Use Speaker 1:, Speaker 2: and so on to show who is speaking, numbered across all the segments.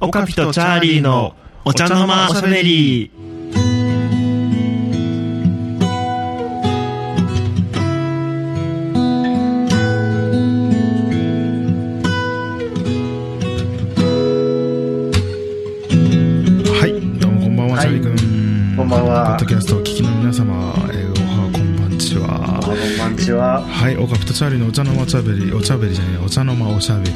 Speaker 1: オカピとチャーリーのお茶の間おしゃべり。
Speaker 2: はい、どうもこんばんは、
Speaker 3: はい
Speaker 2: チャーリー君。
Speaker 3: こんばんは
Speaker 2: ポッドキャストをお聞きの皆様、えー、おはこんばんちは。
Speaker 3: こんばんちは。
Speaker 2: はい、オカピとチャーリーのお茶の間おしゃべり、お茶べりじゃない、お茶の間おしゃべり。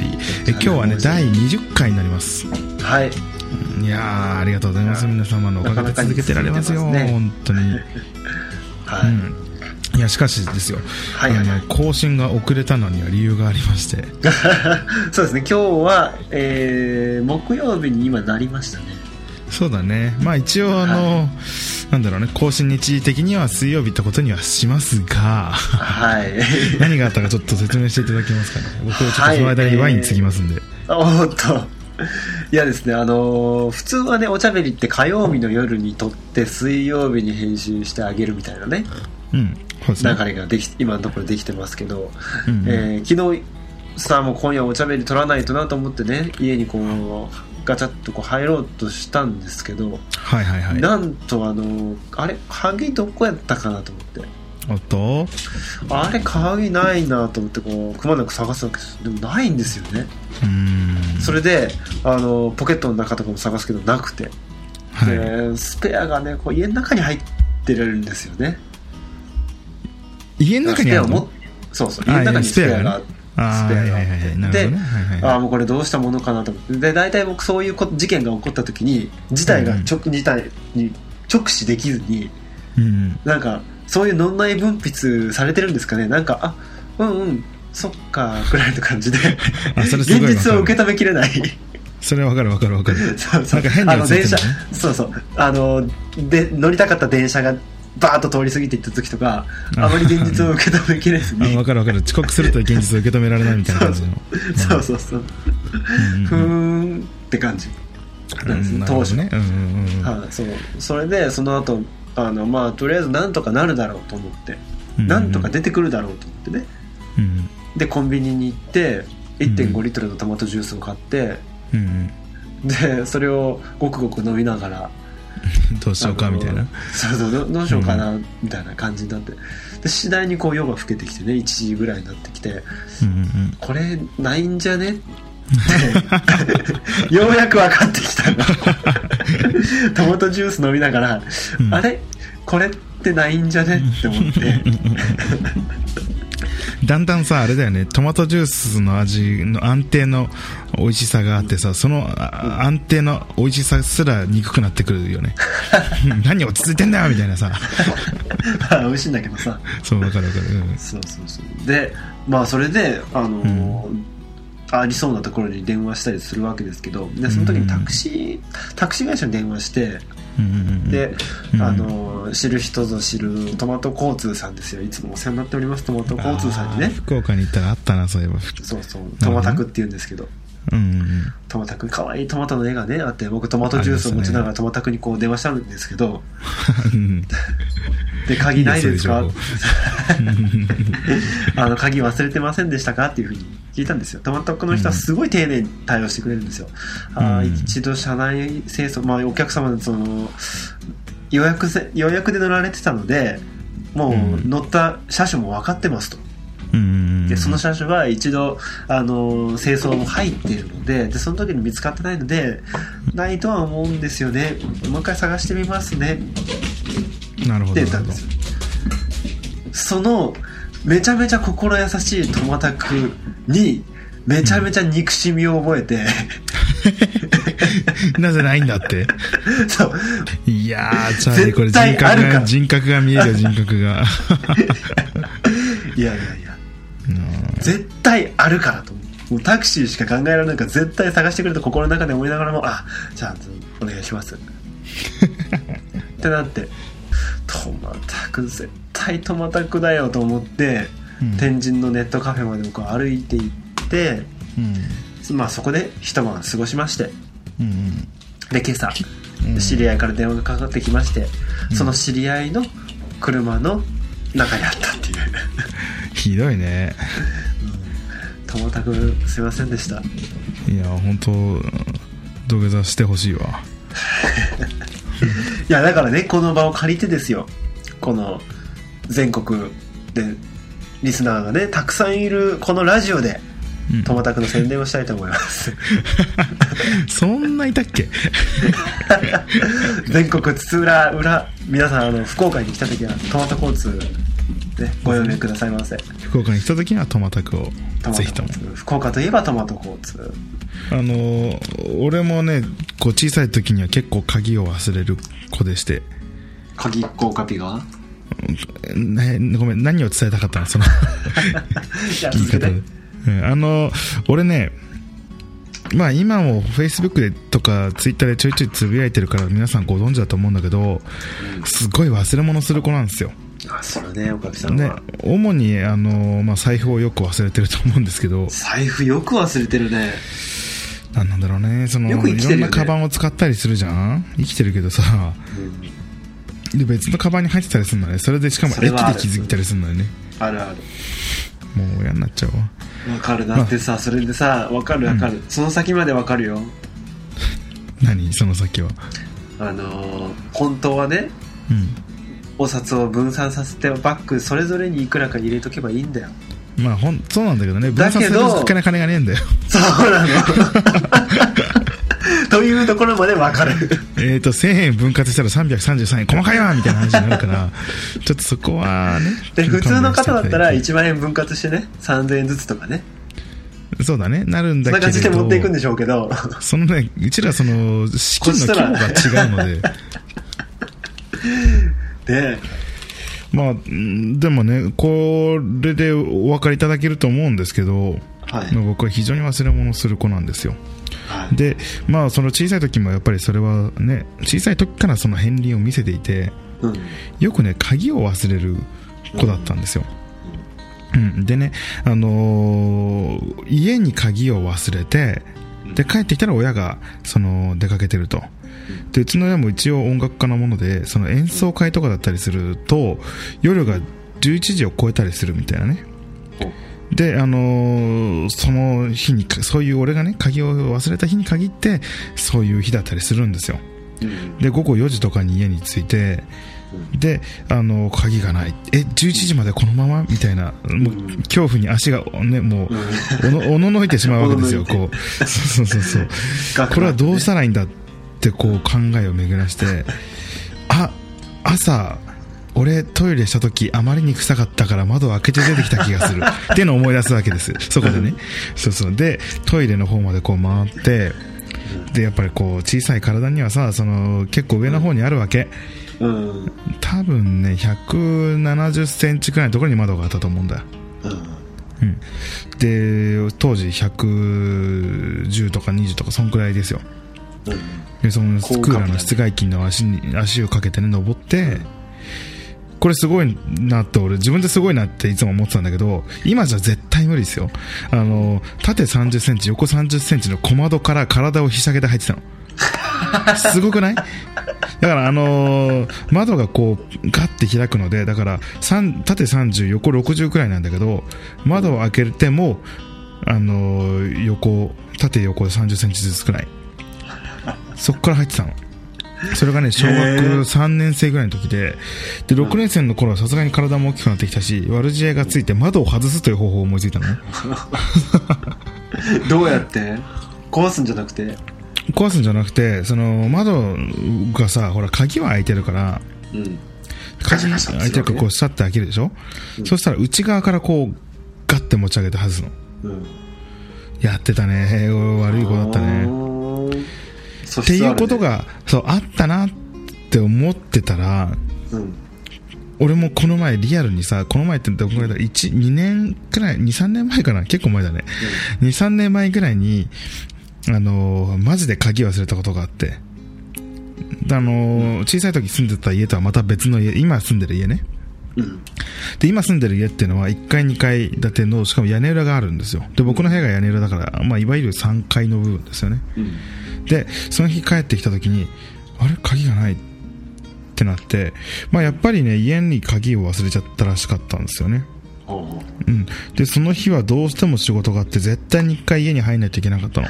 Speaker 2: え今日はね、第20回になります。
Speaker 3: はい。
Speaker 2: いやー、ありがとうございます。皆様のおかげ
Speaker 3: な
Speaker 2: で
Speaker 3: かなか
Speaker 2: 続けてられますよ、
Speaker 3: 続けてますね
Speaker 2: 本 当に。
Speaker 3: はい。
Speaker 2: いや、しかしですよ、
Speaker 3: はいはいはい
Speaker 2: あの更新が遅れたのには理由がありまして、
Speaker 3: そうですね、今日は、えー、木曜日に今なりましたね。
Speaker 2: そうだね、まあ一応、あの、なんだろうね、更新日的には水曜日ってことにはしますが、
Speaker 3: はい。
Speaker 2: 何があったかちょっと説明していただけますかね。僕、ちょっとそ
Speaker 3: はい
Speaker 2: の間にワインつきますんで。
Speaker 3: おっと。いやですね、あのー普通はね、おしゃべりって火曜日の夜に撮って、水曜日に編集してあげるみたいなね、
Speaker 2: うん。そうですね。
Speaker 3: 流れができ、今のところできてますけど、
Speaker 2: うん
Speaker 3: えー昨日、さあもう今夜おしゃべり撮らないとなと思ってね、家にこう、ガチャッとこう入ろうとしたんですけど、
Speaker 2: はいはいはい。
Speaker 3: なんとあのーあれ、鍵どこやったかなと思って。
Speaker 2: おっと
Speaker 3: あれ鍵ないなと思ってこうくまなく探すわけですでもないんですよね
Speaker 2: うーん。
Speaker 3: それであのポケットの中とかも探すけどなくて、
Speaker 2: はい。
Speaker 3: でスペアがねこう家の中に入ってるんですよね
Speaker 2: 家の中にあ
Speaker 3: スペア
Speaker 2: る
Speaker 3: を
Speaker 2: の
Speaker 3: 持そうそう
Speaker 2: あ
Speaker 3: 家の中に
Speaker 2: ス
Speaker 3: ス
Speaker 2: ペア
Speaker 3: ペ
Speaker 2: がね
Speaker 3: アがあって
Speaker 2: あー
Speaker 3: スペ
Speaker 2: は
Speaker 3: ア
Speaker 2: い
Speaker 3: が
Speaker 2: は
Speaker 3: あ
Speaker 2: い
Speaker 3: って
Speaker 2: はい。なるほどね。
Speaker 3: で
Speaker 2: はいはい
Speaker 3: あ
Speaker 2: は
Speaker 3: あもうこれどうしたものかなと思ってで大体僕そういうこ事件が起こった時に事態が直、事態に直視できずに
Speaker 2: い。うん。
Speaker 3: なんかそういう脳内分泌されてるんですかねなんかあうんうんそっかくらいの感じで
Speaker 2: あ、それす
Speaker 3: 現
Speaker 2: ごいわか
Speaker 3: 実を受
Speaker 2: る。
Speaker 3: け止めきれない
Speaker 2: それわかるわかるわかる。
Speaker 3: そうそう
Speaker 2: なんか変な
Speaker 3: あ
Speaker 2: や
Speaker 3: の
Speaker 2: つや
Speaker 3: 電
Speaker 2: って
Speaker 3: 車
Speaker 2: んだね
Speaker 3: そうそうあので乗りたかった電車がバーッと通り過ぎていった時とか
Speaker 2: あ
Speaker 3: あまり現実を受け止めきれず
Speaker 2: あ
Speaker 3: に
Speaker 2: わかるわかる。遅刻すると現実を受け止められないみたいな感じの。
Speaker 3: そうそうそう
Speaker 2: うん
Speaker 3: ふ
Speaker 2: うんうん
Speaker 3: ーんって感じなんです
Speaker 2: うん
Speaker 3: ね
Speaker 2: なる
Speaker 3: 当
Speaker 2: ほど
Speaker 3: 初
Speaker 2: ね。うんうんうん
Speaker 3: はいそうそれでその後あのまあとりあえずなんとかなるだろうと思って
Speaker 2: うん。
Speaker 3: なんとか出てくるだろうと思ってね
Speaker 2: うん
Speaker 3: でコンビニに行って1.5リットルのトマトジュースを買って
Speaker 2: うん。うん
Speaker 3: でそれをごくごく飲みながら
Speaker 2: うん。どうしようかみたい
Speaker 3: あ
Speaker 2: な
Speaker 3: の。そうそうどどうしようかなみたいな感じになってで次第にこう夜が更けてきてね1時ぐらいになってきて
Speaker 2: うんうんうん。
Speaker 3: これないんじゃねって ようやく分かってきたのトマトジュース飲みながら、
Speaker 2: うん
Speaker 3: あれこれってないんじゃねって思って
Speaker 2: だんだんさあれだよねトマトジュースの味の安定の美味しさがあってさそのあ安定の美味しさすら憎くなってくるよ ね何落ち着いてんだよみたいなさ
Speaker 3: まあ美味しいんだけどさ
Speaker 2: そうわかるわかる、うん
Speaker 3: そうそうそうでまあそれであのーありそうなところに電話したりするわけですけどでその時にタクシー、タクシー会社に電話して
Speaker 2: うんうんうん、
Speaker 3: で、
Speaker 2: うん
Speaker 3: あの知る人ぞ知るトマト交通さんですよいつもお世話になっておりますトマト交通さんに
Speaker 2: あー
Speaker 3: ね
Speaker 2: 福岡に行ったらあったなそういえば
Speaker 3: そうそうトマタクって言うんですけど
Speaker 2: うんうん
Speaker 3: トマタク可愛いトマトの絵がねあって僕トマトジュースを持ちながらトマタクにこう電話したんですけど
Speaker 2: うん
Speaker 3: で鍵ないですか
Speaker 2: いいよ
Speaker 3: あの鍵忘れてませんでしたかっていうふうに聞いたんですよ。トマトクの人はすごい丁寧に対応してくれるんですよ。あー
Speaker 2: うん
Speaker 3: 一度車内清掃、まあ、お客様のその予約せ予約で乗られてたので、もう
Speaker 2: うん
Speaker 3: 乗った車種も分かってますと。
Speaker 2: うんうんうん
Speaker 3: でその車種は一度あの清掃も入っているのででその時に見つかってないのでないとは思うんですよねもう一回探してみますね
Speaker 2: なるほど
Speaker 3: 出たんですよそのめちゃめちゃ心優しいトマタクにめちゃめちゃ憎しみを覚えて、
Speaker 2: なぜないんだって
Speaker 3: そう
Speaker 2: いやーチャーリーこれ
Speaker 3: 絶
Speaker 2: 人
Speaker 3: 対
Speaker 2: 格
Speaker 3: あるか
Speaker 2: が
Speaker 3: ら
Speaker 2: 人格が見えるよ人格が
Speaker 3: いやいやいや
Speaker 2: うん
Speaker 3: 絶対あるからと思うもうタクシーしか考えられないから絶対探してくれと心の中で思いながらもあじゃあお願いします ってなってトマタク絶対トマタクだよと思って、
Speaker 2: うん
Speaker 3: 天神のネットカフェまで僕は歩いて行って
Speaker 2: うん
Speaker 3: まあそこで一晩過ごしまして
Speaker 2: うん
Speaker 3: で今朝
Speaker 2: うん
Speaker 3: 知り合いから電話がかかってきまして、その知り合いの車の中にあったっていう
Speaker 2: ひどいね
Speaker 3: 「ともたくすいませんでした」
Speaker 2: いや本当土下座してほしいわ
Speaker 3: いやだからねこの場を借りてですよこの全国でリスナーがねたくさんいるこのラジオで
Speaker 2: うん
Speaker 3: トマタクの宣伝をしたいと思います
Speaker 2: そんないたっけ
Speaker 3: 全国津々浦々皆さんあの福岡に来た時はトマト交通、ね、ご用命くださいませ
Speaker 2: 福岡に来た時にはトマタクを
Speaker 3: トマト
Speaker 2: ぜひとも
Speaker 3: 交通福岡といえばトマト交通
Speaker 2: あのー俺もねこう小さい時には結構鍵を忘れる子でして、
Speaker 3: 鍵っ子オカピ が
Speaker 2: ね、ごめん何を伝えたかったのその
Speaker 3: じゃあ
Speaker 2: 言い
Speaker 3: 続け
Speaker 2: 方
Speaker 3: て
Speaker 2: で、うんあのー俺ねまあ今も Facebook でとか Twitter でちょいちょいつぶやいてるから皆さんご存知だと思うんだけどすごい忘れ物する子なんですよ
Speaker 3: あそれねオカピさん
Speaker 2: ね
Speaker 3: は、
Speaker 2: 主に、あのーまあ、財布をよく忘れてると思うんです けど
Speaker 3: 財布よく忘れてるね
Speaker 2: なんなんだろうねその
Speaker 3: よく生き
Speaker 2: い
Speaker 3: て
Speaker 2: ろ
Speaker 3: るよね
Speaker 2: んなカバンを使ったりするじゃん生きてるけどさ
Speaker 3: うん
Speaker 2: で別のカバンに入ってたりするのねそれでしかも
Speaker 3: そ
Speaker 2: 駅
Speaker 3: れ
Speaker 2: で
Speaker 3: はある
Speaker 2: 気づいたりするのよね
Speaker 3: あるある
Speaker 2: もう嫌になっちゃうわ
Speaker 3: わかるなってさそれでさわかるわかる、その先までわかるよ
Speaker 2: 何その先は
Speaker 3: あのー本当はね
Speaker 2: うん
Speaker 3: お札を分散させてバッグそれぞれにいくらか入れとけばいいんだよ
Speaker 2: まあほんそうなんだけどね分
Speaker 3: だけ
Speaker 2: 散
Speaker 3: ど
Speaker 2: するだけの金がねえ んだよ
Speaker 3: そうなのというところまでわかる
Speaker 2: えっと1000円分割したら333円細かいわみたいな話になるから ちょっとそこはね
Speaker 3: で普通の方だったら
Speaker 2: 勘弁していただい
Speaker 3: 1万円分割してね3000円ずつとかね
Speaker 2: てそうだねなるん
Speaker 3: そんな
Speaker 2: だけ
Speaker 3: 感
Speaker 2: れ
Speaker 3: じで持っていくん
Speaker 2: ど
Speaker 3: でしょうけど
Speaker 2: そのねうちらその資金の規模が違うので
Speaker 3: で
Speaker 2: まあうんでもねこれでお分かりいただけると思うんですけど
Speaker 3: はい、
Speaker 2: まあ僕は非常に忘れ物をする子なんですよ
Speaker 3: はい、
Speaker 2: でまあその小さい時もやっぱりそれはね小さい時からその片鱗を見せていて
Speaker 3: うん
Speaker 2: よくね鍵を忘れる子だったんですよ、うん、でね、あのー家に鍵を忘れてで帰ってきたら親がその出かけてるとでうちの親も一応音楽家なものでその演奏会とかだったりすると夜が11時を超えたりするみたいなねで、あのーその日に、そういう俺がね、鍵を忘れた日に限って、そういう日だったりするんですよ。
Speaker 3: うん
Speaker 2: で、午後4時とかに家に着いて、で、あのー鍵がない。え、11時までこのままみたいな、もう、恐怖に足が、ね、もう、おの、おののいてしまうわけですよ、
Speaker 3: おのの
Speaker 2: こう。そうそうそうそう。これはどうしたらいいんだって、こう、考えを巡らして、あ、朝、俺トイレした時あまりに臭かったから窓を開けて出てきた気がするっていうのを思い出すわけですそこでねそうそうでトイレの方までこう回ってでやっぱりこう小さい体にはさその結構上の方にあるわけ
Speaker 3: うんうん
Speaker 2: 多分ね1 7 0センチくらいのところに窓があったと思うんだよで当時110とか20とかそんくらいですよ
Speaker 3: うん
Speaker 2: でそのク
Speaker 3: 高カビ
Speaker 2: ーラー
Speaker 3: だ
Speaker 2: の
Speaker 3: ね
Speaker 2: 室外機の足に足をかけてね登って、これすごいなって俺自分ですごいなっていつも思ってたんだけど今じゃ絶対無理ですよあの縦3 0センチ横3 0センチの小窓から体をひしゃげて入ってたのすごくないだからあのー窓がこうガッて開くのでだから三縦30横60くらいなんだけど窓を開けてもあのー横縦横3 0センチずつくらいそこから入ってたの。それがね、小学
Speaker 3: へー
Speaker 2: 3年生ぐらいの時で、で、6年生の頃はさすがに体も大きくなってきたし、悪知恵がついて窓を外すという方法を思いついたのね。
Speaker 3: どうやって壊すんじゃなくて
Speaker 2: 壊すんじゃなくて、その、窓がさ、ほら、鍵は開いてるから、
Speaker 3: うん
Speaker 2: 鍵
Speaker 3: ガシャガシャ
Speaker 2: 開いてるからこう、シャッて開けるでしょ、そしたら内側からこう、ガッて持ち上げて外すの。
Speaker 3: うん
Speaker 2: やってたね。へー悪い子だったね。
Speaker 3: ねっ
Speaker 2: っていうこと、が、そう、あったなって思ってたら、
Speaker 3: うん、
Speaker 2: 俺もこの前リアルにさ、この前ってどこぐらいだ ?1、2年くらい、2、3年前かな結構前だね。2、3年前くらいに、あのーマジで鍵忘れたことがあって。であのー小さい時住んでた家とはまた別の家、今住んでる家ね。
Speaker 3: うん
Speaker 2: で、今住んでる家っていうのは1階2階建ての、しかも屋根裏があるんですよ。で、僕の部屋が屋根裏だから、まあ、いわゆる3階の部分ですよね。
Speaker 3: うん
Speaker 2: でその日帰ってきた時にあれ鍵がないってなって、まあ、やっぱりね家に鍵を忘れちゃったらしかったんですよね
Speaker 3: ほうほう
Speaker 2: うんでその日はどうしても仕事があって絶対に一回家に入らないといけなかったの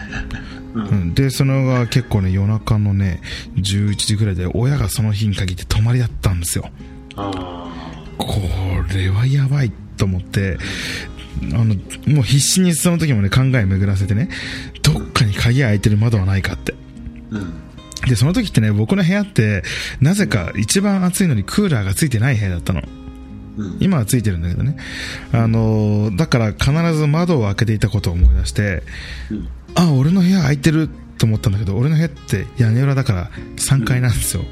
Speaker 3: うん
Speaker 2: うんでそのが結構ね夜中のね11時ぐらいで親がその日に限って泊まりだったんですよ
Speaker 3: あ
Speaker 2: これはやばいと思ってあのもう必死にその時もね考え巡らせてねどっかに鍵が開いてる窓はないかって
Speaker 3: ーうん
Speaker 2: でその時ってね僕の部屋ってなぜか一番暑いのにクーラーがついてない部屋だったの
Speaker 3: うん
Speaker 2: 今はついてるんだけどねあのーだから必ず窓を開けていたことを思い出して
Speaker 3: うん
Speaker 2: あ俺の部屋開いてると思ったんだけど俺の部屋って屋根裏だから3階なんですよ、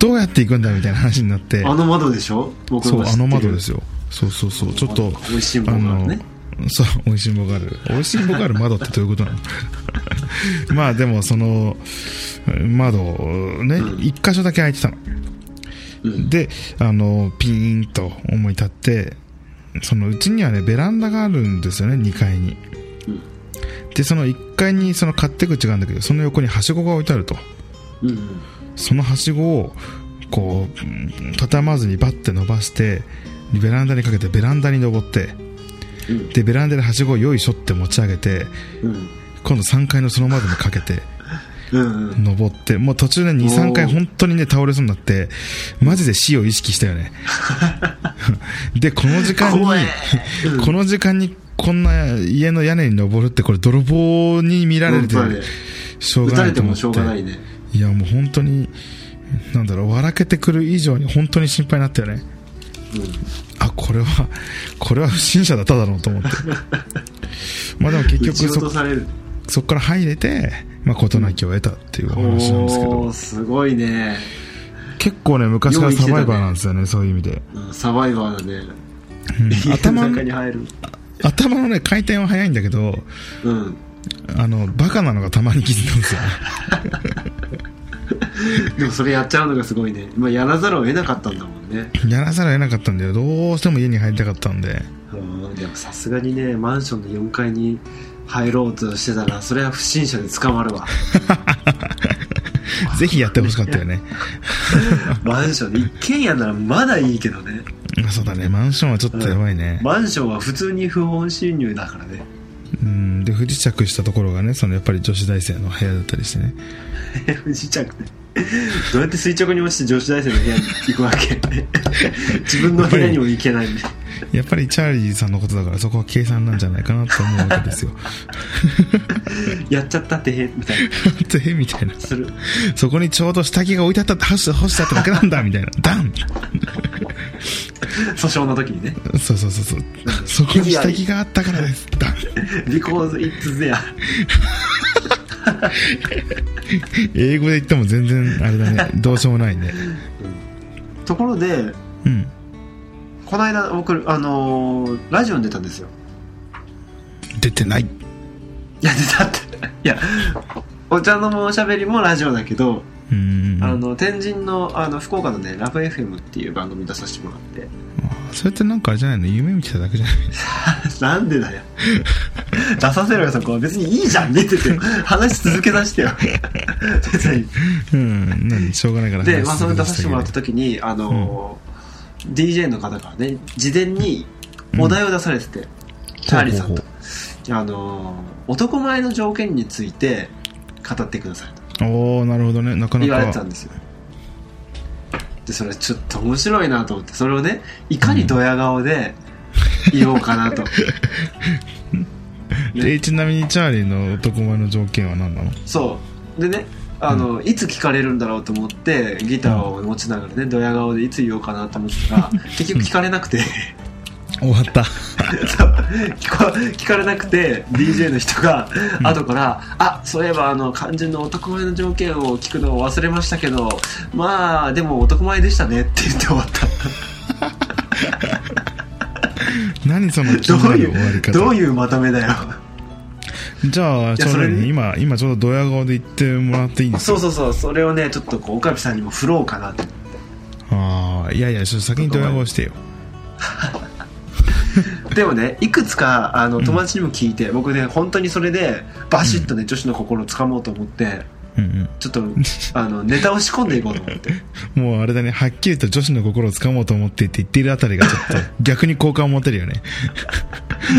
Speaker 2: どうやって行くんだみたいな話になって
Speaker 3: あの窓でしょ僕
Speaker 2: そうあの窓ですすよそうそうそうちょっと
Speaker 3: 美味しいものがあるね
Speaker 2: あのそう 美味しいものがある美味しいものがある窓ってどういうことなの まあでもその窓をね
Speaker 3: うん
Speaker 2: 一、箇所だけ開いてたの
Speaker 3: うん
Speaker 2: であのピーンと思い立ってそのうちにはねベランダがあるんですよね2階に
Speaker 3: うん
Speaker 2: でその1階にその勝手口があるんだけどその横にはしごが置いてあると
Speaker 3: うん
Speaker 2: そのはしごをこううん畳まずにバッて伸ばしてベランダにかけてベランダに登って
Speaker 3: うん
Speaker 2: でベランダではしごをよいしょって持ち上げて
Speaker 3: うん
Speaker 2: 今度3階のその窓にかけて
Speaker 3: うんうん
Speaker 2: 登ってもう途中で23回
Speaker 3: おー
Speaker 2: 本当にね倒れそうになってマジで死を意識した よねでこの時間に
Speaker 3: 怖え
Speaker 2: この時間にこんな家の屋根に登るってこれ泥棒に見られて
Speaker 3: 本当だね
Speaker 2: しょう
Speaker 3: 撃
Speaker 2: が
Speaker 3: た
Speaker 2: な
Speaker 3: れ
Speaker 2: い
Speaker 3: て
Speaker 2: と思
Speaker 3: も
Speaker 2: っ
Speaker 3: しょうがない
Speaker 2: て
Speaker 3: ね
Speaker 2: いやもう本当になんだろう笑けてくる以上に本当に心配になったよねあこれはこれは不審者だっただろう と思ってまあでも結
Speaker 3: 撃ち
Speaker 2: 局
Speaker 3: 落
Speaker 2: そ
Speaker 3: とされる
Speaker 2: そこから入れて、まあ、事なきを得たっていうお話なんですけど、
Speaker 3: おーすごいね、
Speaker 2: 結構ね昔からサバイバーなんですよねそういう意味で、
Speaker 3: うんサバイバーだね
Speaker 2: うん頭
Speaker 3: 頭の
Speaker 2: の
Speaker 3: 中に入る
Speaker 2: 頭のね回転は早いんだけど
Speaker 3: うん
Speaker 2: あのバカなのがたまに気づいたん ですよね
Speaker 3: でもそれやっちゃうのがすごいねまあやらざるを得なかったんだもんね
Speaker 2: やらざるを得なかったんだよどうしても家に入りたかったんで
Speaker 3: うんでもさすがにねマンションの4階に入ろうとしてたらそれは不審者で捕まるわ
Speaker 2: ぜひやってほしかったよ ね
Speaker 3: マンションで一軒家ならまだいいけどね
Speaker 2: まあそうだねマンションはちょっとやばいね、
Speaker 3: マンションは普通に不法侵入だからね
Speaker 2: うんで不時着したところがねそのやっぱり女子大生の部屋だったりしてね
Speaker 3: 不時着ねどうやって垂直に落ちて女子大生の部屋に行くわ け自分の部屋にも行けないんで
Speaker 2: やっぱりチャーリーさんのことだからそこは計算なんじゃないかなと思うわけ ですよ
Speaker 3: やっちゃったってへみたいな
Speaker 2: ってえみたいな
Speaker 3: する
Speaker 2: そこにちょうど下着が置いてあったって干し干してあっただけなんだみたいなダン
Speaker 3: 訴訟の時にね
Speaker 2: そうそうそうそうそこに下着があったからですダン
Speaker 3: Because it's there
Speaker 2: 英語で言っても全然あ れだねどうしようもないね
Speaker 3: ところで
Speaker 2: うん
Speaker 3: この間僕あのーラジオに出たんですよ
Speaker 2: 出てない
Speaker 3: いや出たっていやお茶の間おしゃべりもラジオだけど、
Speaker 2: うん
Speaker 3: あ
Speaker 2: あ
Speaker 3: の天神のあの福岡のねラブ FM っていう番組出させてもらって
Speaker 2: それってなんかあれじゃないの夢見てただけじゃない
Speaker 3: なんでだよ。出させろよ、そこは。別にいいじゃん、出ててよ。話し続けさせて よ。別に。
Speaker 2: うん何しょうがないから
Speaker 3: で、まあ、それ出
Speaker 2: 出
Speaker 3: させてもらった時に、あのー、DJ の方からね、事前にお題を出されてて、チャーリーさんと
Speaker 2: ほ。
Speaker 3: あのー、男前の条件について語ってくださいと
Speaker 2: おおなるほどねなかな
Speaker 3: 言われてた
Speaker 2: か
Speaker 3: んですよ。で、それちょっと面白いなと思って、それをね、いかにドヤ顔で言おうかな と。ね
Speaker 2: でちなみにチャーリーの男前の条件は何なの
Speaker 3: そうでねあの、いつ聞かれるんだろうと思ってギターを持ちながらねドヤ顔でいつ言おうかなと思ってたら結局聞かれなくて
Speaker 2: 終わった
Speaker 3: そう聞か聞かれなくて DJ の人が後から「あそういえばあの肝心の男前の条件を聞くのを忘れましたけどまあでも男前でしたね」って言って終わった
Speaker 2: 何その気に
Speaker 3: どう
Speaker 2: ないる終わり
Speaker 3: う
Speaker 2: 方
Speaker 3: どういうまとめだよ
Speaker 2: じゃあ
Speaker 3: い
Speaker 2: ち
Speaker 3: や
Speaker 2: ょう
Speaker 3: そ
Speaker 2: ど
Speaker 3: れ
Speaker 2: いいね
Speaker 3: に
Speaker 2: 今今ちょうどドヤ顔で言ってもらっていいんですか
Speaker 3: そうそうそうそれをねちょっとこう岡部さんにも振ろうかなと
Speaker 2: ああいやいやちょっと先にドヤ顔してよ
Speaker 3: でもねいくつかあの友達にも聞いて、僕ね本当にそれでバシッとね、女子の心をつかもうと思って
Speaker 2: うん
Speaker 3: ちょっと、あの、ネタを仕込んでいこうと思って。
Speaker 2: うん、もうあれだね、はっきりと女子の心をつかもうと思ってって言っているあたりがちょっと逆に好感を持てる よね。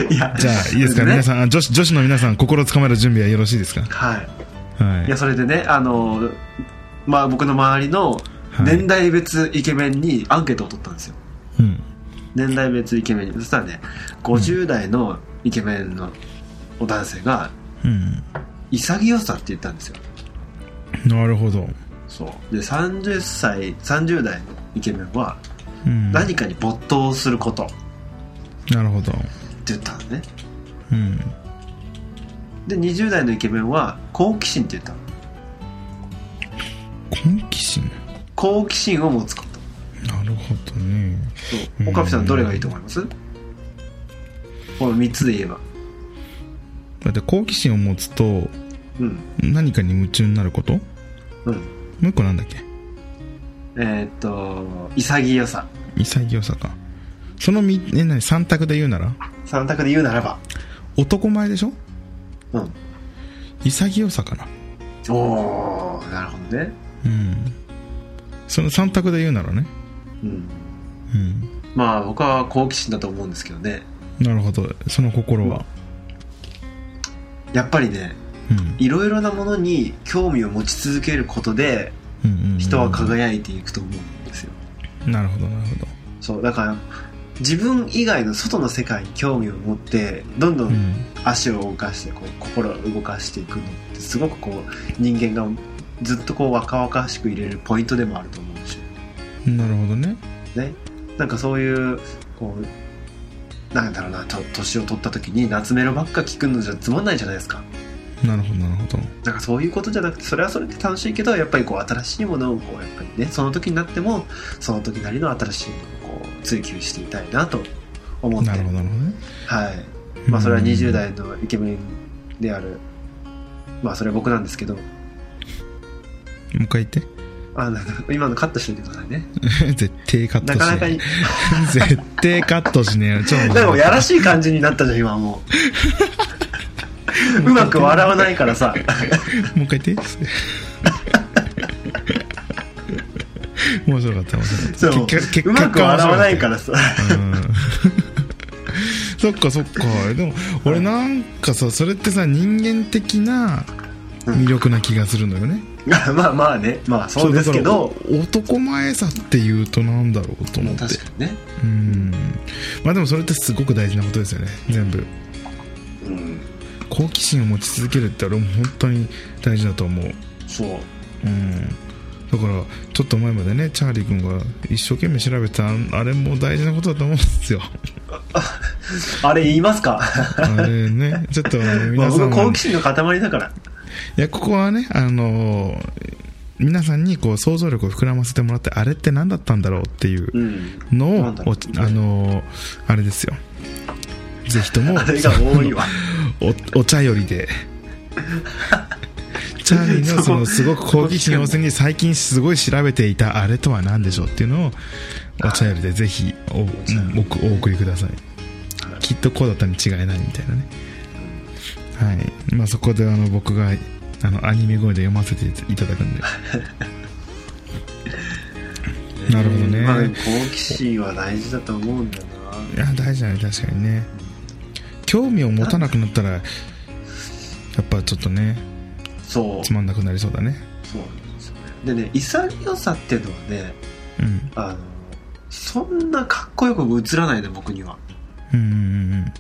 Speaker 3: いや、
Speaker 2: じゃ あいいですか、
Speaker 3: ね
Speaker 2: 皆さん、あ女子、女子の皆さん心をつかまえる準備はよろしいですか
Speaker 3: はい。
Speaker 2: はい
Speaker 3: いや、。それでね、あの、まあ僕の周りの
Speaker 2: はい
Speaker 3: 年代別イケメンにアンケートを取ったんですよ。
Speaker 2: うん。
Speaker 3: 年代別イケメンに。そしたらね、50代のイケメンのお男性が、
Speaker 2: うん。
Speaker 3: 潔さって言ったんですよ。
Speaker 2: なるほど。
Speaker 3: そう。で、30歳、30代のイケメンは、
Speaker 2: うん。な
Speaker 3: 何かに没頭することって
Speaker 2: るほど。
Speaker 3: 言ったのね。
Speaker 2: うん。
Speaker 3: で、20代のイケメンは、好奇心って言ったの。
Speaker 2: 好奇心
Speaker 3: 好奇心を持つこと。
Speaker 2: なるほどね。
Speaker 3: そう。岡部さん、どれがいいと思いますこの3つで言えば。
Speaker 2: だって好奇心を持つと
Speaker 3: うん。
Speaker 2: 何かに夢中になることも
Speaker 3: うん。
Speaker 2: う一個なんだっけ
Speaker 3: えーっと、潔さ。
Speaker 2: 潔さか。そのみ、え、何三択で言うなら
Speaker 3: 三択で言うならば。
Speaker 2: 男前でしょ
Speaker 3: うん。
Speaker 2: 潔さかな。
Speaker 3: おー、なるほどね。
Speaker 2: うん。その三択で言うならね。
Speaker 3: うん。
Speaker 2: うん。
Speaker 3: まあ、僕は好奇心だと思うんですけどね。
Speaker 2: なるほど。その心は。
Speaker 3: やっぱりね、
Speaker 2: うん。
Speaker 3: いろいろなものに興味を持ち続けることで、
Speaker 2: うんうんうん
Speaker 3: 人は輝いていくと思うんですよ。
Speaker 2: なるほど、なるほど。
Speaker 3: そう、だから、自分以外の外の世界に興味を持って、どんど
Speaker 2: うんん。
Speaker 3: 足を動かして、こう、心を動かしていくのって、すごくこう、人間がずっとこう、若々しくいれるポイントでもあると思うし。
Speaker 2: なるほどね。
Speaker 3: ね、なんかそういうこうなんだろうなと年を取った時に夏メロばっか聞くのじゃつまんないじゃないですか
Speaker 2: なるほど、なるほど。
Speaker 3: なんかそういうことじゃなくてそれはそれで楽しいけどやっぱりこう新しいものをこうやっぱりねその時になってもその時なりの新しいものをこう追求していたいなと思って
Speaker 2: なるほど、なるほどね。
Speaker 3: はいまあ、それは
Speaker 2: うん
Speaker 3: 20代のイケメンであるまあそれは僕なんですけど
Speaker 2: もう一回言って。
Speaker 3: あなんか今のカットしていてくださいね
Speaker 2: 絶対カット
Speaker 3: な
Speaker 2: し
Speaker 3: かなか
Speaker 2: ね
Speaker 3: に
Speaker 2: え。 絶対カットしねえよ。ちょっと待って
Speaker 3: なんかやらしい感じになったじゃん今 もううまく笑わないからさ
Speaker 2: もう一 回言って。面白かった、面白かった。
Speaker 3: そう
Speaker 2: 結果
Speaker 3: うまく笑わないからさ
Speaker 2: うん そっかそっかでも俺なんかさそれってさ人間的な魅力な気がするんだよね、
Speaker 3: まあまあねまあそうですけど
Speaker 2: そうだから男前さっていうとなんだろうと思って
Speaker 3: 確かにね
Speaker 2: うんまあでもそれってすごく大事なことですよね全部
Speaker 3: うん
Speaker 2: 好奇心を持ち続けるって俺も本当に大事だと思う
Speaker 3: そう
Speaker 2: うんだからちょっと前までねチャーリー君が一生懸命調べたあれも大事なことだと思うんで すよ
Speaker 3: あれ言いますか
Speaker 2: あれねちょっとあの
Speaker 3: まあ
Speaker 2: 皆さ
Speaker 3: 僕
Speaker 2: んも
Speaker 3: 好奇心の塊だから
Speaker 2: いやここはね、あのー皆さんにこう想像力を膨らませてもらってあれって何だったんだろうっていう
Speaker 3: うん
Speaker 2: のを、
Speaker 3: なんだろう
Speaker 2: おあのーあれですよぜひとも
Speaker 3: あれが多いわ
Speaker 2: おお茶よりでチャーリーのそのすごく好奇心旺盛に最近すごい調べていたあれとは何でしょうっていうのをお茶よりでぜひお,、うんおお送りくださいきっとこうだったに違いないみたいなねはいまあそこであの僕があのアニメ声で読ませていただくんで なるほどね、
Speaker 3: まあ好奇心は大事だと思うんだよない
Speaker 2: や大事だね確かにね興味を持たなくなったらやっぱちょっとね
Speaker 3: そう
Speaker 2: つまんなくなりそうだね
Speaker 3: そうなんですよねでね潔さっていうのはね
Speaker 2: うん
Speaker 3: あのそんなかっこよく映らないね僕には
Speaker 2: うんうんうんうん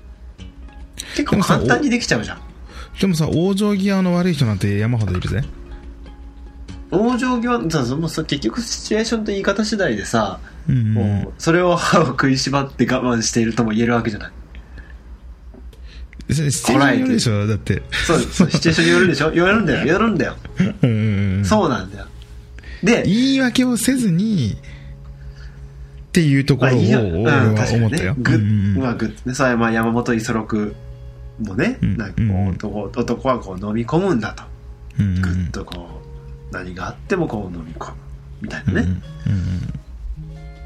Speaker 3: 結構簡単にできちゃうじゃん
Speaker 2: でもさ往生際の悪い人なんて山ほどいるぜ
Speaker 3: 往生際さそのそ結局シチュエーションと言い方次第でさ、
Speaker 2: うんうんう
Speaker 3: もうそれを歯を食いしばって我慢しているとも言えるわけじゃない
Speaker 2: んそれシチュエーションによるでしょだって
Speaker 3: そうそうシチュエーションによるでしょよるんだよよるんだよ、
Speaker 2: うんうんうん
Speaker 3: そうなんだよで
Speaker 2: 言い訳をせずにっていうとこ
Speaker 3: まあ
Speaker 2: ろを
Speaker 3: いいよう
Speaker 2: 俺
Speaker 3: ん
Speaker 2: は
Speaker 3: 確かに
Speaker 2: 思った
Speaker 3: ね
Speaker 2: よ
Speaker 3: グッ、
Speaker 2: うんうんうん
Speaker 3: まあグッねそれはまあ山本五十六もね、
Speaker 2: うん
Speaker 3: なんか
Speaker 2: うん
Speaker 3: こう男男はこう飲み込むんだと
Speaker 2: うんうん
Speaker 3: グッとこう何があってもこう飲み込むみたいなね、
Speaker 2: うんうん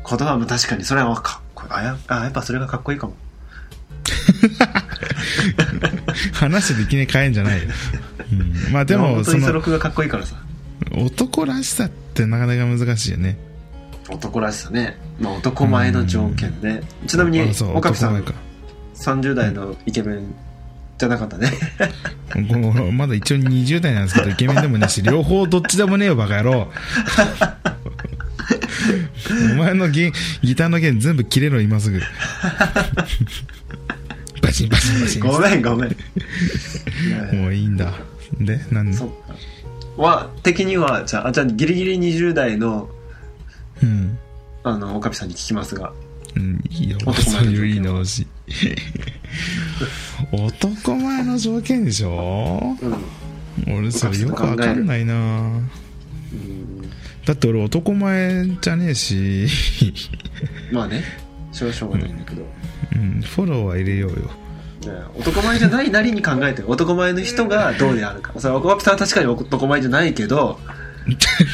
Speaker 3: 言葉も確かにそれはかっこいいあやあやっぱそれがかっこいいかも
Speaker 2: 話できねえ変えんじゃないよ、うんうんまあでも
Speaker 3: 本当
Speaker 2: そ
Speaker 3: にソ
Speaker 2: の
Speaker 3: ロクがかっこいいからさ
Speaker 2: 男らしさってなかなか難しいよね
Speaker 3: 男らしさね、まあ、男前の条件ねちなみに
Speaker 2: あそう
Speaker 3: 岡部さ
Speaker 2: 男
Speaker 3: ん
Speaker 2: 前か
Speaker 3: 30代のイケメンじゃなかった ね
Speaker 2: こうまだ一応20代なんですけどイケメンでもねえし両方どっちでもねえよバカ野郎お前のギギターの弦全部切れろ今すぐバチンバチンバチン
Speaker 3: ごめんごめんいやいや
Speaker 2: もういいんだで何
Speaker 3: そっかは的にはじゃああじゃあギリギリ20代の
Speaker 2: うん
Speaker 3: あの岡部さんに聞きますが
Speaker 2: うんいいよ
Speaker 3: 男前の条件
Speaker 2: そういういいの欲しい男前の条件でしょ
Speaker 3: うん、
Speaker 2: 俺それよくわかんないな
Speaker 3: うん、
Speaker 2: だって俺男前じゃねえし、
Speaker 3: まあねそれはしょうがないんだけど、
Speaker 2: うん、フォローは入れようよ
Speaker 3: ね男前じゃないなりに考えてる男前の人がどうであるかそれ岡部さんは確かに男前じゃないけ ど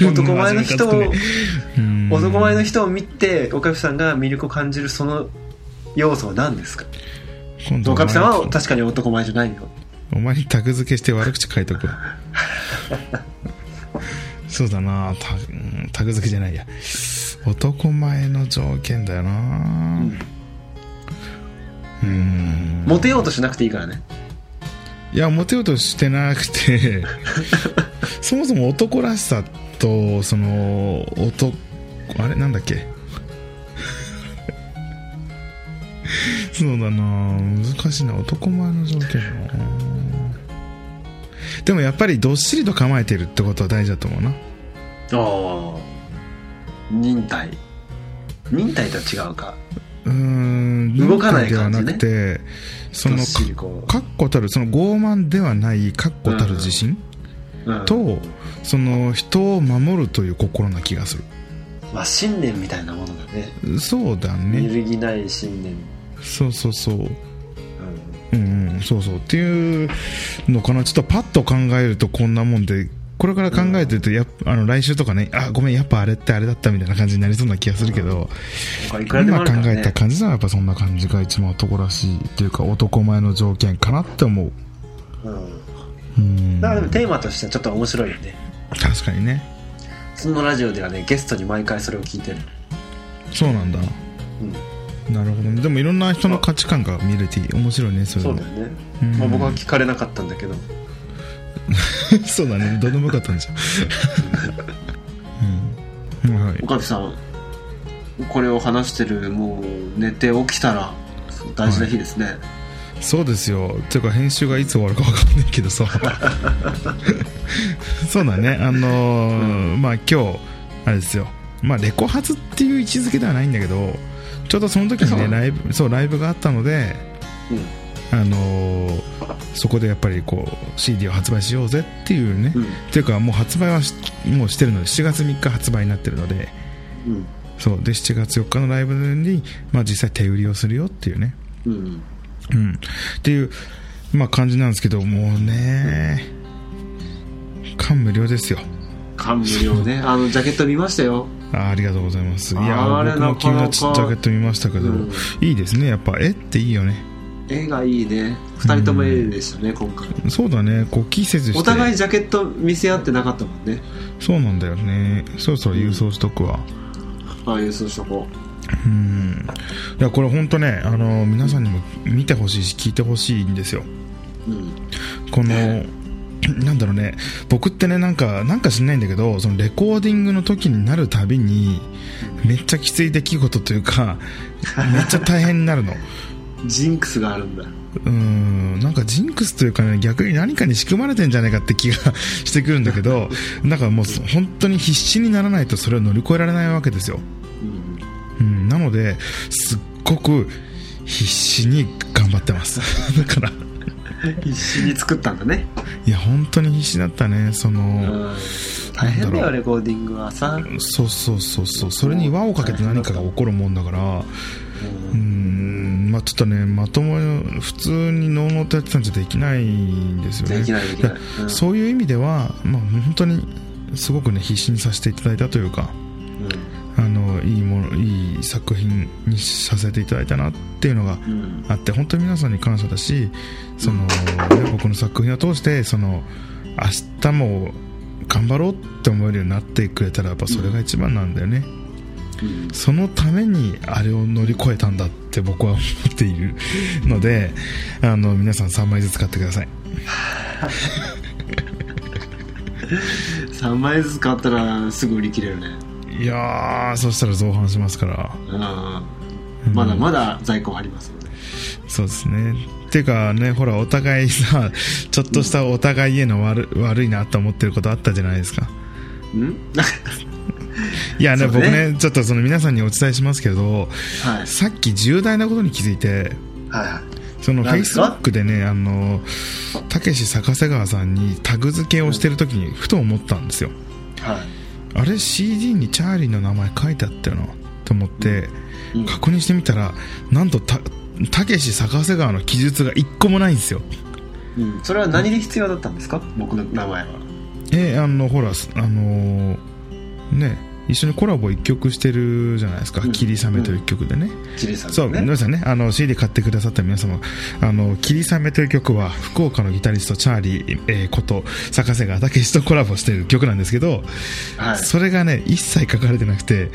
Speaker 3: 男前の人を、
Speaker 2: うん
Speaker 3: 男前の人を見て岡部さんが魅力を感じるその要素は何ですか
Speaker 2: 今度お
Speaker 3: 岡
Speaker 2: 前
Speaker 3: 部さんは確かに男前じゃないよ
Speaker 2: お前にタグ付けして悪口書い とくわそうだなタうんタグ付けじゃないや男前の条件だよなうん
Speaker 3: モテようとしなくていいからね
Speaker 2: いやモテようとしてな くてそもそも男らしさとその男あれなんだっけ そうだな難しいな男前の条件だなでもやっぱりどっしりと構えてるってことは大事だと思うな
Speaker 3: ああ忍耐忍耐とは違うか
Speaker 2: うーん
Speaker 3: 動かない
Speaker 2: では
Speaker 3: 感じ
Speaker 2: な
Speaker 3: ね
Speaker 2: くてそ
Speaker 3: どっ
Speaker 2: の
Speaker 3: しりこ
Speaker 2: 確固たるその傲慢ではない確固たる自信、
Speaker 3: う、うん、
Speaker 2: とその人を守るという心な気がす
Speaker 3: まあ信念みたいなものだね
Speaker 2: るそうだ
Speaker 3: 揺
Speaker 2: ね
Speaker 3: るぎない信念、
Speaker 2: そうそうそう
Speaker 3: うん、
Speaker 2: うんうんそうそうっていうのかなちょっとパッと考えるとこんなもんでこれから考えてるとやっぱあの来週とかねあごめんやっぱあれってあれだったみたいな感じになりそうな気がするけど、
Speaker 3: これいくらでもあ
Speaker 2: 今
Speaker 3: る
Speaker 2: 考
Speaker 3: から、ね、
Speaker 2: えた感じならやっぱそんな感じが一番男らしいっていうか男前の条件かなって思う
Speaker 3: うん、
Speaker 2: うん
Speaker 3: だからでも
Speaker 2: 確
Speaker 3: テーマとしてはちょっと面白いよね
Speaker 2: かにね
Speaker 3: そのラジオではねゲストに毎回それを聞いてる、
Speaker 2: そうなんだ
Speaker 3: うん、
Speaker 2: なるほどねでもいろんな人の価値観が見れていい面白いねそれ
Speaker 3: そ
Speaker 2: は
Speaker 3: うだよね、
Speaker 2: うん
Speaker 3: まあ、僕は聞かれなかったんだけど
Speaker 2: そうだねどうでもよかったんじゃん、うんはい、
Speaker 3: 岡部さんこれを話してるもう寝て起きたら大事な日ですね、
Speaker 2: そうですよていうか編集がいつ終わるか分かんないけどさそうだねあのーまあ今日あれですよまあレコ発っていう位置づけではないんだけどちょうどその時に
Speaker 3: そ
Speaker 2: ね
Speaker 3: う
Speaker 2: ライブそうライブがあったので
Speaker 3: うん
Speaker 2: あのーそこでやっぱりこう CD を発売しようぜっていうね、
Speaker 3: うん
Speaker 2: っていうかもう発売はしもうしてるので7月3日発売になってるので
Speaker 3: うん
Speaker 2: そうで7月4日のライブに、まあ、実際手売りをするよっていうね、
Speaker 3: うん
Speaker 2: うん、っていう、まあ、感じなんですけどもうね感無量ですよ
Speaker 3: 感無量 ねあのジャケット見ましたよ
Speaker 2: あありがとうございますいや
Speaker 3: あれ
Speaker 2: 僕も
Speaker 3: なか
Speaker 2: 君
Speaker 3: な
Speaker 2: の
Speaker 3: か
Speaker 2: ちジャケット見ましたけど、
Speaker 3: うん
Speaker 2: いいですねやっぱ絵っていいよね
Speaker 3: 絵がいいね2人とも絵でしたね今回
Speaker 2: そうだねこう季節して
Speaker 3: お互いジャケット見せ合ってなかったもんね
Speaker 2: そうなんだよねそろそろ郵送しとくわ
Speaker 3: ああいうそうしとこ
Speaker 2: うんいやこれ本当ねあの皆さんにも見てほしいし聞いてほしいんですよ
Speaker 3: ううん
Speaker 2: この、
Speaker 3: え
Speaker 2: なんだろうね僕ってねなんかなんか知んないんだけどそのレコーディングの時になるたびにめっちゃきつい出来事というかめっちゃ大変になるの
Speaker 3: ジンクスがあるんだ
Speaker 2: うんなんかジンクスというかね逆に何かに仕組まれてんじゃないかって気が してくるんだけどなんかもう本当に必死にならないとそれを乗り越えられないわけですよ、
Speaker 3: うん
Speaker 2: うん、なのですっごく必死に頑張ってます だから
Speaker 3: 必死に作ったんだね
Speaker 2: いや本当に必死だったねその、
Speaker 3: うん大変だ
Speaker 2: なんだろ
Speaker 3: よ
Speaker 2: う
Speaker 3: レコーディングはさ
Speaker 2: そうそうそうそうそれに輪をかけて何かが起こるもんだからうーんまあちょっとねまともに普通にノーノーとやってたんじゃできないんですよね
Speaker 3: できないできない
Speaker 2: だか
Speaker 3: う
Speaker 2: ら
Speaker 3: ん
Speaker 2: そういう意味では、まあ、本当にすごくね必死にさせていただいたというか
Speaker 3: う
Speaker 2: あのいいものいい作品にさせていただいたなっていうのが
Speaker 3: んうん
Speaker 2: あって本当に皆さんに感謝だしその、ね僕の作品を通してその明日も頑張ろうって思えるようになってくれたらやっぱそれが一番なんだよね、
Speaker 3: うん
Speaker 2: そのためにあれを乗り越えたんだって僕は思っているのであの皆さん3枚ずつ買ってください
Speaker 3: 3枚ずつ買ったらすぐ売り切れるね
Speaker 2: いやーそしたら造反しますから
Speaker 3: うん
Speaker 2: うん
Speaker 3: まだまだ在庫はありますので
Speaker 2: そうですねっていうかねほらお互いさちょっとしたお互いへの悪悪いなと思ってることあったじゃないですか
Speaker 3: うんなんか
Speaker 2: いやね
Speaker 3: そう
Speaker 2: 僕
Speaker 3: ね
Speaker 2: ねちょっとその皆さんにお伝えしますけど
Speaker 3: はい
Speaker 2: さっき重大なことに気づいて
Speaker 3: はいはい
Speaker 2: そのフ
Speaker 3: なん
Speaker 2: ェイ
Speaker 3: で
Speaker 2: ス
Speaker 3: す
Speaker 2: ブ
Speaker 3: か
Speaker 2: ックでねあのたけし坂瀬川さんにタグ付けをしてる時にふと思ったんですよ
Speaker 3: はい
Speaker 2: あれ CD にチャーリーの名前書いてあったよなと思って
Speaker 3: うん
Speaker 2: 確認してみたらなんとたたけし坂瀬川の記述が一個もないんですよ
Speaker 3: うん、それは何で必要だったんですか僕の名前は
Speaker 2: えあのほらすあのーね一緒にコラボ一曲してるじゃないですか
Speaker 3: う
Speaker 2: 「
Speaker 3: ん
Speaker 2: 霧雨」という曲でね、
Speaker 3: ジリさん
Speaker 2: そう
Speaker 3: ね
Speaker 2: 皆さんねあの CD 買ってくださった皆様あの「霧雨」という曲は福岡のギタリストチャーリー、えーこと坂瀬川武史とコラボしてる曲なんですけど、
Speaker 3: はい、
Speaker 2: それがね一切書かれてなくて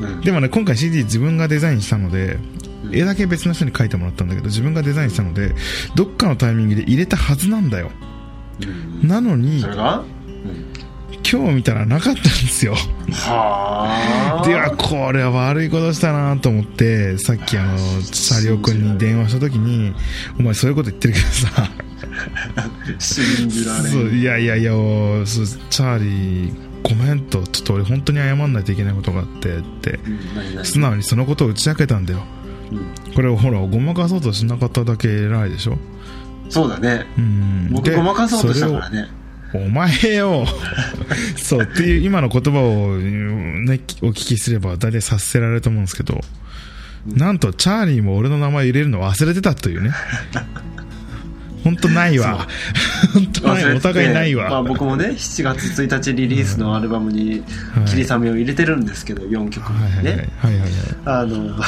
Speaker 3: うん
Speaker 2: でもね今回 CD 自分がデザインしたので
Speaker 3: うん
Speaker 2: 絵だけ別の人に書いてもらったんだけど自分がデザインしたのでどっかのタイミングで入れたはずなんだよ
Speaker 3: うん
Speaker 2: なのに
Speaker 3: それが、
Speaker 2: 今日見たらなかったんですよ
Speaker 3: はあ
Speaker 2: ではこれは悪いことしたなと思ってさっきあの車両君に電話した時にお前そういうこと言ってるけどさ
Speaker 3: 信じられん
Speaker 2: そういやいやいやおそうチャーリーごめんとちょっと俺本当に謝んないといけないことがあってって
Speaker 3: うん何々
Speaker 2: 素直にそのことを打ち明けたんだよ
Speaker 3: うん
Speaker 2: これをほらごまかそうとしなかっただけ偉いでしょ
Speaker 3: そうだね
Speaker 2: うん
Speaker 3: 僕
Speaker 2: で
Speaker 3: ごまかそうとしたから
Speaker 2: そ
Speaker 3: ね
Speaker 2: れをお前 よそうっていう今の言葉を、ね、お聞きすれば大体察せられると思うんですけど、なんとチャーリーも俺の名前入れるの忘れてたというね 本当ないわ本当ない
Speaker 3: 忘れてて
Speaker 2: お互いない
Speaker 3: ま
Speaker 2: わ、
Speaker 3: あ、僕もね7月1日リリースのアルバムに
Speaker 2: い
Speaker 3: 霧雨を入れてるんですけど4曲
Speaker 2: はいはいはい
Speaker 3: ね
Speaker 2: はいはい
Speaker 3: あの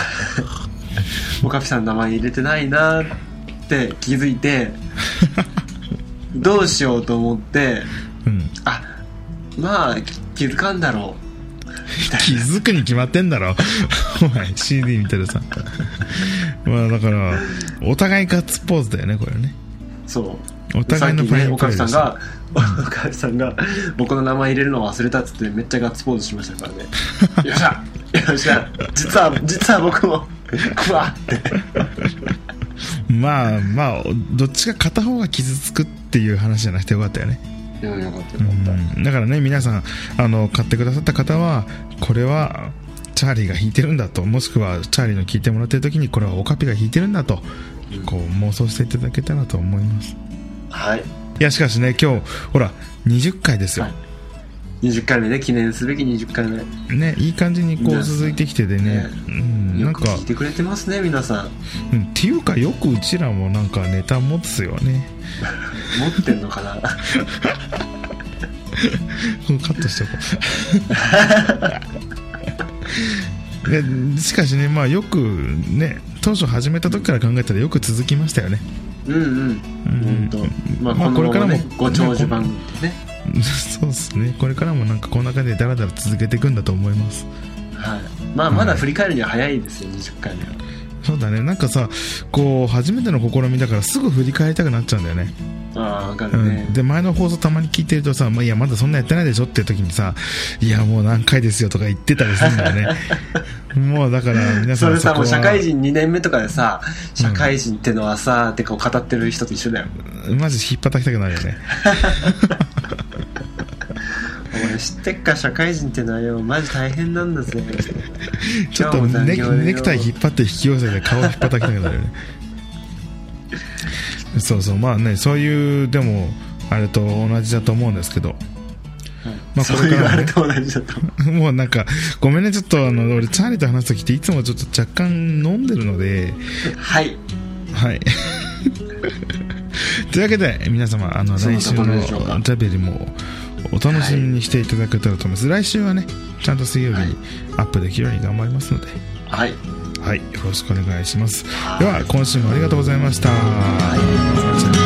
Speaker 3: おかぴさんの名前入れてないなって気づい てどうしようと思って
Speaker 2: うん、
Speaker 3: あまあき気づかんだろ
Speaker 2: 気づくに決まってんだろ お前 CD 見てるさまあだからお互いガッツポーズだよねこれね
Speaker 3: うそう
Speaker 2: お
Speaker 3: でさ
Speaker 2: 互い
Speaker 3: っき
Speaker 2: のファ
Speaker 3: ね
Speaker 2: イン
Speaker 3: お
Speaker 2: プ
Speaker 3: か
Speaker 2: レ
Speaker 3: みさ
Speaker 2: ーで
Speaker 3: ん
Speaker 2: した
Speaker 3: が おかみさんが僕の名前入れるの忘れたっつってめっちゃガッツポーズしました からねよっしゃよっしゃ実は実は僕も クワって
Speaker 2: まあまあどっちか片方が傷つくっていう話じゃなくてよかったよね、
Speaker 3: うんよかったよ
Speaker 2: う
Speaker 3: かった、
Speaker 2: ん、だからね皆さんあの買ってくださった方はこれはチャーリーが弾いてるんだともしくはチャーリーの聴いてもらってる時にこれはオカピが弾いてるんだとこう妄想していただけたらと思います
Speaker 3: はい
Speaker 2: いやしかしね今日ほら20回ですよ、
Speaker 3: はい20回目ね記念すべき20回目
Speaker 2: ねいい感じにこ
Speaker 3: いうや
Speaker 2: 続いてきてでね
Speaker 3: ね
Speaker 2: うんな
Speaker 3: よ
Speaker 2: ん
Speaker 3: く
Speaker 2: か
Speaker 3: 聞いてくれてますね皆さん
Speaker 2: うんっていうかよくうちらもなんかネタ持つよね
Speaker 3: 持ってんのか な
Speaker 2: うんカットしとこう でしかしねまあよくね当初始めた時から考えたらよく続きましたよね
Speaker 3: うんうん
Speaker 2: うん
Speaker 3: 本当、まあ、
Speaker 2: まあ
Speaker 3: このままね
Speaker 2: これからも
Speaker 3: ご長寿番組でね
Speaker 2: そうですねこれからもなんかこんな感じでダラダラ続けていくんだと思います
Speaker 3: はいまあまだ振り返るには早いですよ20回目は
Speaker 2: そうだねなんかさこう初めての試みだからすぐ振り返りたくなっちゃうんだよね
Speaker 3: ああ分か
Speaker 2: う
Speaker 3: るね、
Speaker 2: ん、で前の放送たまに聞いてるとさ、まあ、いやまだそんなやってないでしょっていう時にさいやもう何回ですよとか言ってたりするんだよ ねもうだから皆さ
Speaker 3: そ
Speaker 2: ん
Speaker 3: れさ
Speaker 2: こ
Speaker 3: もう
Speaker 2: は
Speaker 3: 社会人2年目とかでさ社会人ってのはさ、ってこう語ってる人と一緒だよ
Speaker 2: マジ引っ叩きたくなるよね
Speaker 3: 俺知ってっか社会人ってのはよマジ大変なんだぜ
Speaker 2: ちょっと
Speaker 3: 今日も残
Speaker 2: ネ
Speaker 3: 業でよ
Speaker 2: ネクタイ引っ張って引き寄せて顔引っ張ったきたくな るよねそうそうまあねそういうでもあれと同じだと思うんですけど、 まあ
Speaker 3: そう
Speaker 2: これ
Speaker 3: い
Speaker 2: か
Speaker 3: うあ
Speaker 2: ら
Speaker 3: れ
Speaker 2: ね、
Speaker 3: と同じだと思
Speaker 2: もうなんかごめんねちょっとあの俺チャーリーと話す時っていつもちょっと若干飲んでるので
Speaker 3: うはい
Speaker 2: はい。 というわけで、皆様、あの、
Speaker 3: そんな
Speaker 2: 来週
Speaker 3: ところでしょうか
Speaker 2: のダベリもお楽しみにしていただけたらと思います。来週はね、ちゃんと水曜日
Speaker 3: は
Speaker 2: に
Speaker 3: い
Speaker 2: アップできるように頑張りますので、
Speaker 3: はい、
Speaker 2: はい、よろしくお願いします。では、今週もありがとうございました。さよなら